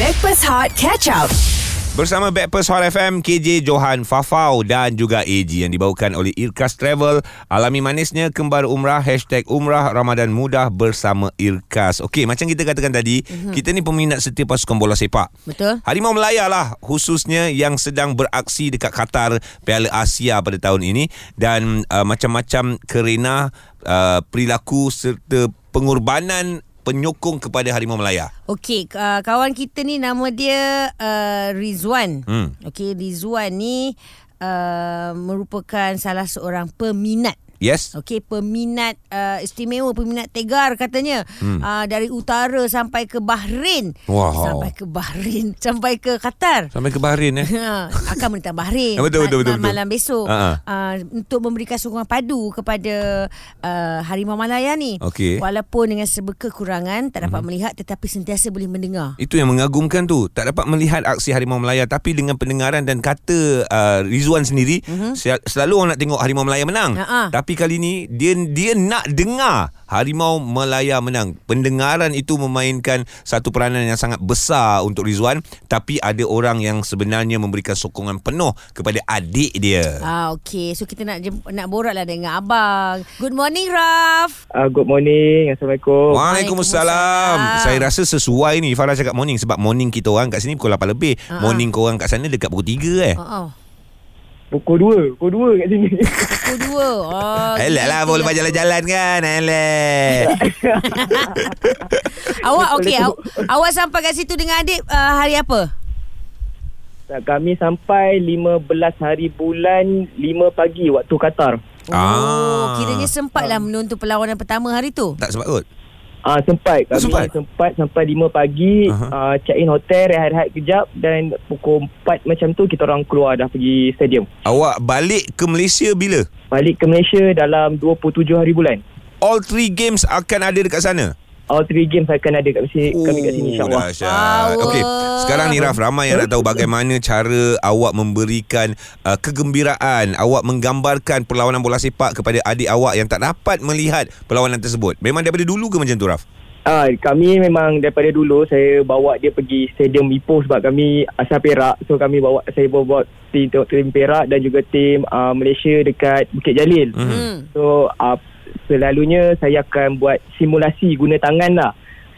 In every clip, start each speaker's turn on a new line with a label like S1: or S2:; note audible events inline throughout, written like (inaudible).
S1: Backpass Hot Catch Up.
S2: Bersama Backpast Hot FM KJ Johan Fafau Dan juga AG Yang dibawakan oleh Irkas Travel Alami manisnya Kembar Umrah Hashtag Umrah Ramadan Mudah Bersama Irkas Okey macam kita katakan tadi mm-hmm. Kita ni peminat setia pasukan bola sepak
S3: Betul.
S2: Harimau Melaya lah Khususnya yang sedang beraksi Dekat Qatar Piala Asia pada tahun ini Dan uh, macam-macam kerena uh, Perilaku serta pengorbanan Penyokong kepada Harimau Melaya
S3: Okey, uh, kawan kita ni nama dia uh, Rizwan.
S2: Hmm.
S3: Okey, Rizwan ni uh, merupakan salah seorang peminat
S2: Yes
S3: Okey, peminat uh, istimewa, peminat tegar katanya. Hmm. Uh, dari utara sampai ke Bahrain.
S2: Wow.
S3: Sampai ke Bahrain, (laughs) sampai ke Qatar.
S2: Sampai ke Bahrain eh
S3: Ha, akan menentang Bahrain
S2: Ah, betul, betul, betul, betul.
S3: malam besok
S2: Ah,
S3: uh, untuk memberikan sokongan padu kepada uh, harimau Malaya ni.
S2: Okey. Mhm.
S3: Walaupun dengan serba kekurangan tak dapat mm-hmm. melihat tetapi sentiasa boleh mendengar.
S2: Itu yang mengagumkan tu. Tak dapat melihat aksi harimau Melaya tapi dengan pendengaran dan kata uh, Rizwan sendiri mm-hmm. selalu orang nak tengok harimau Melaya menang.
S3: Mhm. Ha-ha.
S2: Tapi kali ni dia dia nak dengar harimau Melaya menang. Pendengaran itu memainkan satu peranan yang sangat besar untuk Rizwan tapi ada orang yang sebenarnya memberikan sokongan penuh kepada adik dia.
S3: Ah okey. So kita nak jem- nak borak lah dengan abang. Good morning Raf.
S4: Uh, good morning. Assalamualaikum.
S2: Waalaikumsalam.
S3: Oh, Waalaikumsalam.
S2: Saya rasa sesuai ni Farah cakap morning sebab morning kita orang kat sini pukul 8 lebih.
S3: Ha-ha.
S2: Morning korang kat sana dekat pukul 3 eh.
S3: Oh, oh.
S4: Pukul 2. Pukul 2 kat sini. (laughs)
S3: Pukul dua. Oh.
S2: Elak lah
S3: gitu
S2: Boleh
S3: lah.
S2: jalan-jalan kan (laughs) Elak
S3: Awak okey. Awak, awak sampai kat situ dengan adik uh, hari apa?
S4: Tak, Kami sampai 15 hari bulan 5 pagi waktu Qatar.
S3: Oh,
S2: Ah.
S3: kiranya sempatlah menonton perlawanan pertama hari tu.
S2: Tak sebab kot
S4: Ah sempat
S2: Oh,
S4: kami
S2: sempat?
S4: sempat, sempat sampai 5 pagi
S2: Aha.
S4: uh-huh. uh, check in hotel rehat-rehat kejap dan pukul 4 macam tu kita orang keluar dah pergi stadium.
S2: Awak balik ke Malaysia bila?
S4: Balik ke Malaysia dalam 27 hari bulan.
S2: All three games akan ada dekat sana? Oh,
S4: All three games akan ada kat sini, Eh, kami kat sini insya-Allah.
S2: Dahsyat.
S3: Power.
S2: Okey, sekarang ni Raf ramai yang nak tahu bagaimana cara awak memberikan uh, kegembiraan, awak menggambarkan perlawanan bola sepak kepada adik awak yang tak dapat melihat perlawanan tersebut. Memang daripada dulu ke macam tu Raf?
S4: Ah, kami memang daripada dulu saya bawa dia pergi stadium Ipoh sebab kami asal Perak. So kami bawa saya bawa tim tengok tim Perak dan juga tim uh, Malaysia dekat Bukit Jalil.
S2: Mhm.
S3: Hmm.
S4: So uh, selalunya saya akan buat simulasi guna tangan lah.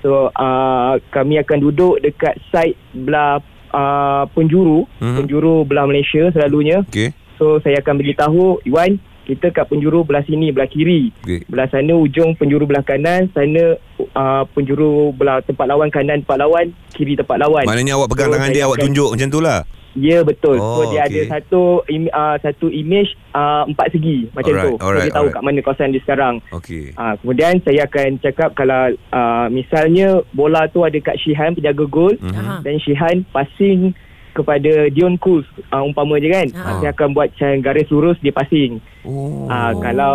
S4: So uh, kami akan duduk dekat side belah uh, penjuru,
S2: Mhm.
S4: mm-hmm. penjuru belah Malaysia selalunya.
S2: Okey.
S4: So saya akan beritahu Iwan kita kat penjuru belah sini belah kiri.
S2: Okey.
S4: Belah sana ujung penjuru belah kanan, sana uh, penjuru belah tempat lawan kanan tempat lawan, kiri tempat lawan.
S2: Maknanya awak pegang
S4: So,
S2: tangan
S4: saya
S2: dia, awak
S4: akan-
S2: tunjuk macam tu lah.
S4: Ya betul.
S2: Oh,
S4: Oh, so
S2: okey.
S4: dia okay. ada satu im, uh, satu image uh, empat segi macam
S2: Alright,
S4: tu. So
S2: alright,
S4: dia tahu
S2: alright.
S4: kat mana kawasan dia sekarang.
S2: Okey.
S4: Uh, kemudian saya akan cakap kalau uh, misalnya bola tu ada kat Shihan penjaga gol
S2: Mhm.
S3: Aha.
S4: dan Shihan passing kepada Dion Kuz uh, umpama je kan.
S3: Ah.
S4: Saya akan buat macam garis lurus dia passing.
S2: Oh.
S4: Ah,
S3: Hmm.
S4: kalau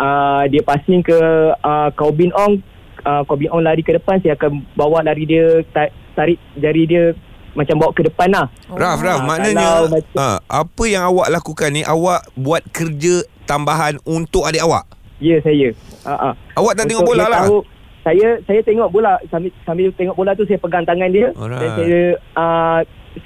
S4: uh, dia passing ke uh, Kaubin Ong, uh, Kaubin Ong lari ke depan, saya akan bawa lari dia ta- tarik jari dia macam bawa ke depan lah.
S3: Oh.
S2: Raf, Raf,
S4: Ah,
S2: maknanya
S4: kalau macam-
S2: ha, apa yang awak lakukan ni, awak buat kerja tambahan untuk adik awak?
S4: Ya saya. Uh, uh.
S2: Awak tak tengok bola lah?
S4: Tahu, saya saya tengok bola sambil sambil tengok bola tu saya pegang tangan dia
S2: Alright.
S4: dan saya uh,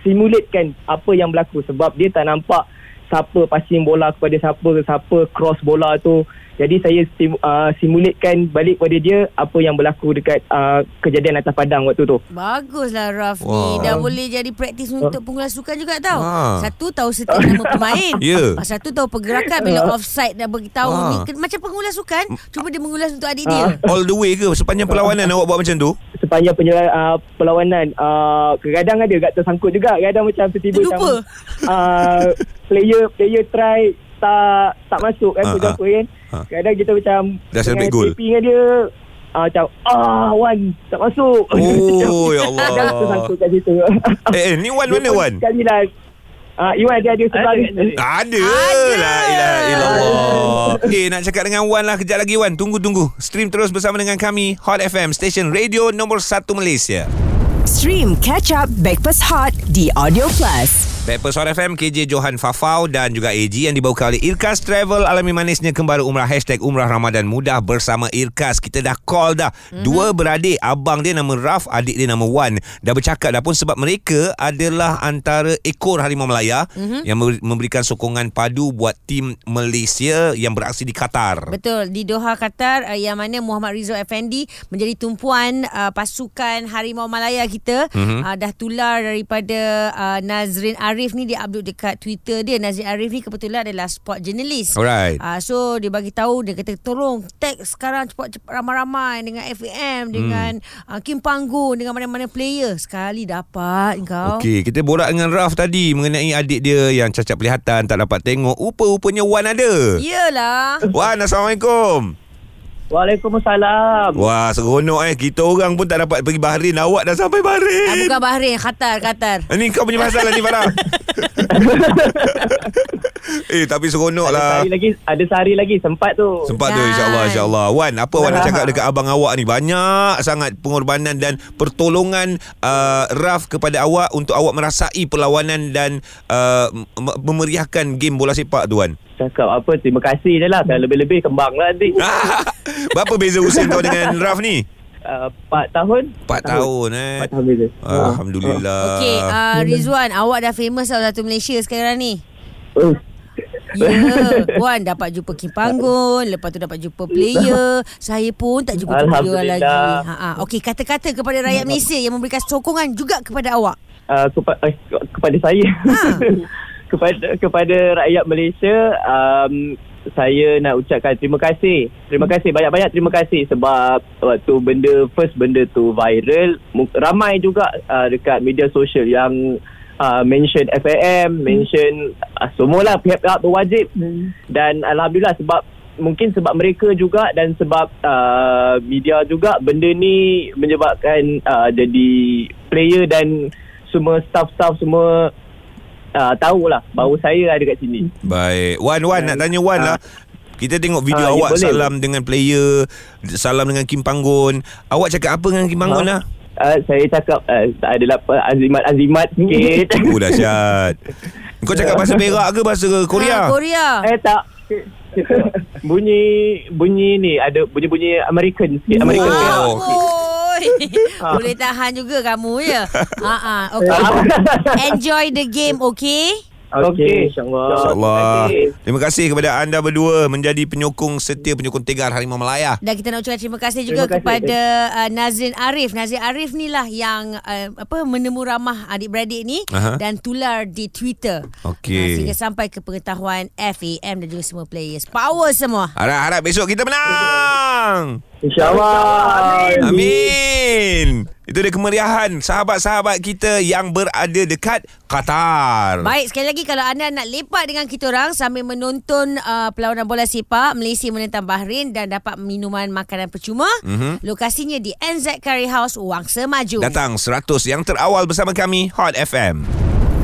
S4: simulatkan apa yang berlaku sebab dia tak nampak siapa passing bola kepada siapa siapa cross bola tu. Jadi saya sim, uh, simulatkan balik kepada dia apa yang berlaku dekat uh, kejadian atas padang waktu tu.
S3: Baguslah Raf
S2: Wah.
S3: ni Dah boleh jadi praktis untuk pengulas sukan juga tau
S2: Ah.
S3: Satu tahu setiap nama pemain
S2: (laughs) Ya.
S3: Pasal tu tahu pergerakan Bila offside dah beritahu
S2: Ah.
S3: ni Ke- Macam pengulas sukan Cuma dia mengulas untuk adik dia
S2: All the way ke? Sepanjang perlawanan awak buat macam tu?
S4: Sepanjang penjela- uh, perlawanan uh, kadang ada kat tersangkut juga kadang macam tiba-tiba
S3: Terlupa.
S4: macam uh, player player try tak tak masuk kan
S2: Ah,
S4: uh, uh, kan
S2: ah.
S4: kadang kita macam
S2: Dah celebrate
S4: tengah
S2: gol.
S4: happy dengan dia uh, macam ah wan tak masuk
S2: Oh, ya
S4: (laughs) kadang
S2: Allah.
S4: tersangkut kat situ
S2: Eh, eh, ni Wan mana Wan? Ah.
S4: sekali lah uh, Iwan dia ada sebelah
S5: Ada kat sini.
S2: Ada.
S3: Ada.
S2: La ilaha illallah. Eh, nak cakap dengan Wan lah kejap lagi Wan. Tunggu, tunggu. Stream terus bersama dengan kami. Hot FM, stesen radio nombor 1 Malaysia.
S1: Stream Catch Up Backpass Hot di Audio Plus.
S2: Backpers Suara FM KJ Johan Fafau dan juga AG yang dibawakan oleh Irkas Travel alami manisnya kembali umrah hashtag umrah Ramadan mudah bersama Irkas kita dah call dah mm-hmm. dua beradik abang dia nama Raf adik dia nama Wan dah bercakap dah pun sebab mereka adalah antara ekor harimau Melaya mm-hmm. yang memberi- memberikan sokongan padu buat tim Malaysia yang beraksi di Qatar
S3: Betul di Doha Qatar uh, yang mana Muhammad Rizal Effendi menjadi tumpuan uh, pasukan Harimau Malaya kita
S2: Mhm.
S3: mm-hmm. uh, dah tular daripada uh, Nazrin Arif ni dia upload dekat Twitter dia Nazrin Arif ni kebetulan adalah sport journalist.
S2: Alright.
S3: Uh, so dia bagi tahu dia kata tolong tag sekarang cepat-cepat ramai-ramai dengan
S2: Hmm.
S3: FAM dengan uh, Kim Panggu dengan mana-mana player sekali dapat kau.
S2: Okey, kita borak dengan Raf tadi mengenai adik dia yang cacat pelihatan tak dapat tengok. Rupa-rupanya Wan ada.
S3: Ya. Iyalah.
S2: Wan, Assalamualaikum.
S4: Waalaikumsalam.
S2: Wah, seronok eh. Kita orang pun tak dapat pergi Bahrain. Awak dah
S3: Ah,
S2: sampai Bahrain.
S3: bukan Bahrain, Qatar, Qatar.
S2: Ini kau punya masalah ni Farah Eh tapi seronok
S4: (laughs) Ada
S2: lah
S4: sehari lagi, ada sehari lagi sempat tu.
S2: Sempat tu insyaAllah insyaAllah Wan apa Wan nak cakap dekat abang awak ni Banyak sangat pengorbanan dan pertolongan uh, Raf kepada awak Untuk awak merasai perlawanan dan uh, mem- Memeriahkan game bola sepak tu Wan (laughs)
S4: Cakap apa terima kasih je lah. Kalau lebih-lebih kembang lah nanti.
S2: Berapa beza usia kau dengan Raf ni?
S4: Uh, 4 tahun.
S2: 4 tahun eh
S4: 4 tahun Ah, beza.
S2: Alhamdulillah
S3: Okey,
S2: Ah.
S3: uh, Rizwan, awak dah famous tau satu Malaysia sekarang
S2: (laughs)
S3: ni.
S4: Oh.
S3: Ya, yeah. Wan dapat jumpa Kim Panggun, lepas tu dapat jumpa player. Saya pun tak jumpa jumpa dia orang lagi.
S4: Alhamdulillah.
S3: Ha ah. Okey, kata-kata kepada rakyat Malaysia yang memberikan sokongan juga kepada awak.
S4: Uh, kepa- eh, ke- kepada saya (laughs) kepada kepada rakyat Malaysia um, saya nak ucapkan terima kasih terima kasih banyak-banyak terima kasih sebab waktu benda first benda tu viral mu- ramai juga uh, dekat media sosial yang uh, mention FAM mention uh, semualah pihak-pihak berwajib dan alhamdulillah sebab mungkin sebab mereka juga dan sebab uh, media juga benda ni menyebabkan uh, jadi player dan semua staff-staff semua uh, tahulah bahawa saya ada kat sini.
S2: Baik. Wan Wan nak tanya Wan lah. Kita tengok video
S4: Ah, ya,
S2: awak
S4: boleh.
S2: salam dengan player, salam dengan Kim Panggun. Awak cakap apa dengan Kim Panggun lah?
S4: Uh, saya cakap uh, tak adalah apa, azimat-azimat
S2: (laughs)
S4: sikit.
S2: Oh dahsyat. Kau cakap bahasa
S4: (laughs)
S2: Perak ke bahasa
S3: Ah,
S2: Korea?
S3: Korea.
S4: eh tak. bunyi bunyi ni ada bunyi-bunyi American sikit.
S3: (laughs)
S4: American.
S2: Wah.
S4: Oh.
S3: Ah,
S2: Oh.
S4: (laughs)
S3: boy.
S4: Ah.
S3: Boleh tahan juga kamu ya. Ha ah. Okey. Enjoy the game, okay?
S4: Okey, insyaAllah.
S2: InsyaAllah.
S4: Terima kasih.
S2: Terima kasih kepada anda berdua menjadi penyokong setia penyokong tegar Harimau Melaya.
S3: Dan kita nak ucapkan terima kasih juga
S4: Terima
S3: terima
S4: kasih.
S3: kasih. kepada uh, Nazrin Arif. Nazrin Arif ni lah yang uh, apa menemu ramah adik-beradik ni
S2: Aha.
S3: Aha. dan tular di Twitter.
S2: Okey.
S3: Ah, sehingga sampai ke pengetahuan FAM dan juga semua players. Power semua.
S2: Harap-harap besok kita menang.
S4: InsyaAllah.
S2: Amin. Itu dia kemeriahan sahabat-sahabat kita yang berada dekat Qatar.
S3: Baik, sekali lagi kalau anda nak lepak dengan kita orang sambil menonton uh, perlawanan bola sepak Malaysia menentang Bahrain dan dapat minuman makanan percuma, mm-hmm. lokasinya di NZ Curry House, Wangsa Maju.
S2: Mhm. Datang 100 yang terawal bersama kami Hot FM.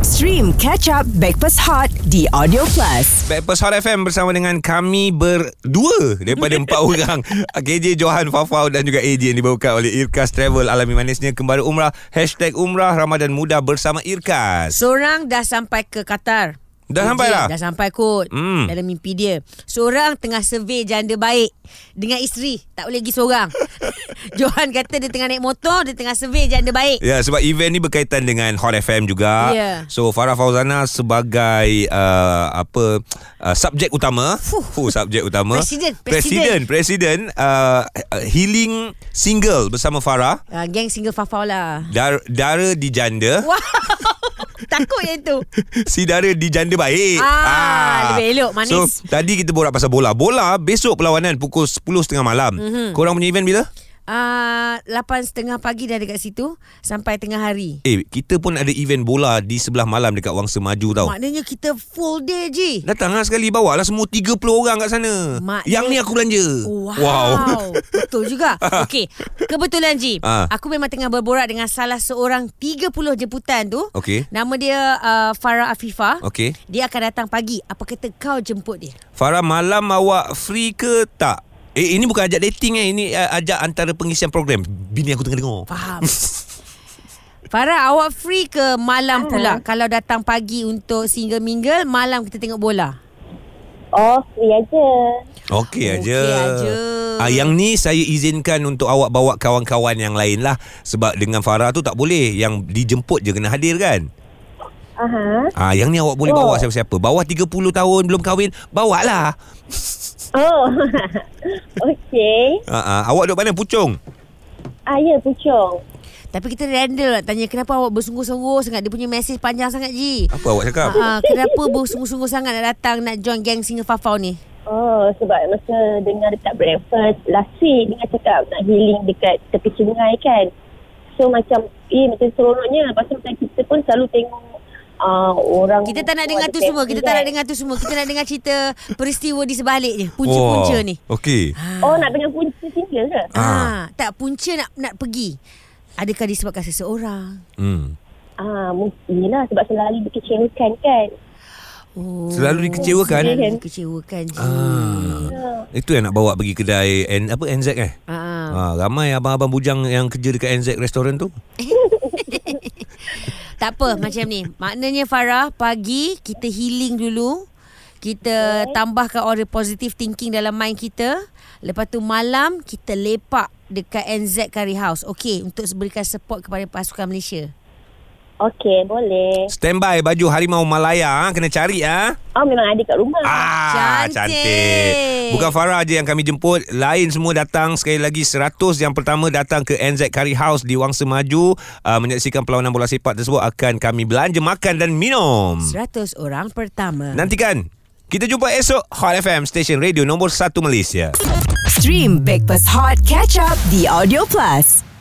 S1: Stream Catch Up Backpass Hot di Audio Plus.
S2: Backpast Hot FM bersama dengan kami berdua daripada
S3: (laughs)
S2: empat orang. KJ Johan Fafau dan juga AJ yang dibawakan oleh Irkas Travel Alami Manisnya Kembali Umrah. Hashtag Umrah Ramadan Muda bersama Irkas.
S3: Seorang dah sampai ke Qatar.
S2: Dah sampai dah?
S3: Dah sampai kot hmm.
S2: Hmm.
S3: Dalam mimpi dia Seorang tengah survey janda baik Dengan isteri Tak boleh pergi seorang (laughs) Johan kata dia tengah naik motor Dia tengah survey janda baik
S2: Ya sebab event ni berkaitan dengan Hot FM juga.
S3: Ya.
S2: So Farah Fauzana sebagai uh, apa uh, subjek utama,
S3: Fuh.
S2: Fuh, subjek utama.
S3: Presiden,
S2: presiden,
S3: presiden.
S2: presiden uh, healing single bersama Farah.
S3: uh, Geng single Fafau lah
S2: Dar, dara di janda.
S3: Wow (laughs) Takut yang tu
S2: si dara di janda baik.
S3: Ah, lebih elok, manis.
S2: So, tadi kita borak pasal bola. Bola besok perlawanan pukul 10.30 malam. Mm-hmm.
S3: Mhm.
S2: Korang punya event bila?
S3: uh, 8.30 pagi dah dekat situ Sampai tengah hari
S2: Eh, kita pun ada event bola di sebelah malam dekat Wangsa Maju tau.
S3: Maknanya kita full day je
S2: Datanglah sekali bawa lah semua 30 orang kat sana.
S3: Maknanya-
S2: Yang ni aku belanja.
S3: Wow, wow. Betul
S2: (laughs)
S3: juga Okey Kebetulan Ji
S2: Ah.
S3: Aku memang tengah berborak Dengan salah seorang 30 jemputan tu
S2: Okey.
S3: Nama dia uh, Farah Afifah
S2: Okey.
S3: Dia akan datang pagi Apa kata kau jemput dia
S2: Farah malam awak free ke tak? Eh ini bukan ajak dating eh, ini uh, ajak antara pengisian program. Bini aku tengah dengar.
S3: Faham (laughs) Farah, awak free ke malam pula? Kalau datang pagi untuk single mingle, malam kita tengok bola.
S5: Oh, free aja.
S2: Okey aja.
S3: Okey aja.
S2: Ah, yang ni saya izinkan untuk awak bawa kawan-kawan yang lain lah. Sebab dengan Farah tu tak boleh. Yang dijemput je kena hadir kan?
S5: Aha.
S2: Ah, yang ni awak boleh
S5: Oh.
S2: bawa siapa-siapa. Bawah 30 tahun belum kahwin, bawalah.
S5: Oh. (laughs) Okey.
S2: Ah, ah. Awak duduk mana? Pucung?
S5: Ah, ya, pucung.
S3: Tapi kita random nak tanya kenapa awak bersungguh-sungguh sangat. Dia punya mesej panjang sangat, Ji.
S2: Apa awak cakap?
S3: Ha, kenapa bersungguh-sungguh sangat nak datang nak join geng single Fafau ni?
S5: Oh, sebab masa dengar dekat breakfast last week, dengar cakap nak healing dekat tepi sungai kan. So, macam, eh, macam seronoknya. Lepas tu, macam kita pun selalu tengok uh, orang.
S3: Kita tak nak dengar tu semua. Kita tak nak dengar tu semua. Kita nak dengar cerita peristiwa di sebaliknya. Punca-punca ni.
S2: Okey.
S5: Oh, nak dengar punca single ke?
S2: Ah.
S3: Ah, tak punca nak nak pergi. Adakah disebabkan seseorang?
S2: Hmm.
S5: Ah, mungkin lah. Sebab selalu dikecewakan kan.
S3: Oh.
S2: Selalu dikecewakan.
S5: Selalu
S3: Selalu dikecewakan je.
S2: Ah. Itu yang nak bawa pergi kedai N, apa NZ eh?
S3: Ah.
S2: Ah, ramai abang-abang bujang yang kerja dekat NZ restoran tu.
S3: Tak apa macam ni. Maknanya Farah pagi kita healing dulu. Kita tambahkan orang positive thinking dalam mind kita. Lepas tu malam kita lepak dekat NZ Curry House. Okey untuk berikan support kepada pasukan Malaysia.
S5: Okey, boleh.
S2: Standby baju harimau Malaya ah, kena cari ah.
S5: Oh, memang ada kat rumah.
S2: Ah,
S3: Cantik.
S2: Bukan Farah je yang kami jemput, lain semua datang sekali lagi 100 yang pertama datang ke NZ Curry House di Wangsa Maju uh, menyaksikan perlawanan bola sepak tersebut akan kami belanja makan dan minum.
S3: 100 orang pertama.
S2: Nantikan. Kita jumpa esok Hot FM Station Radio nombor 1 Malaysia.
S1: Stream Breakfast Hot Catch Up The Audio Plus.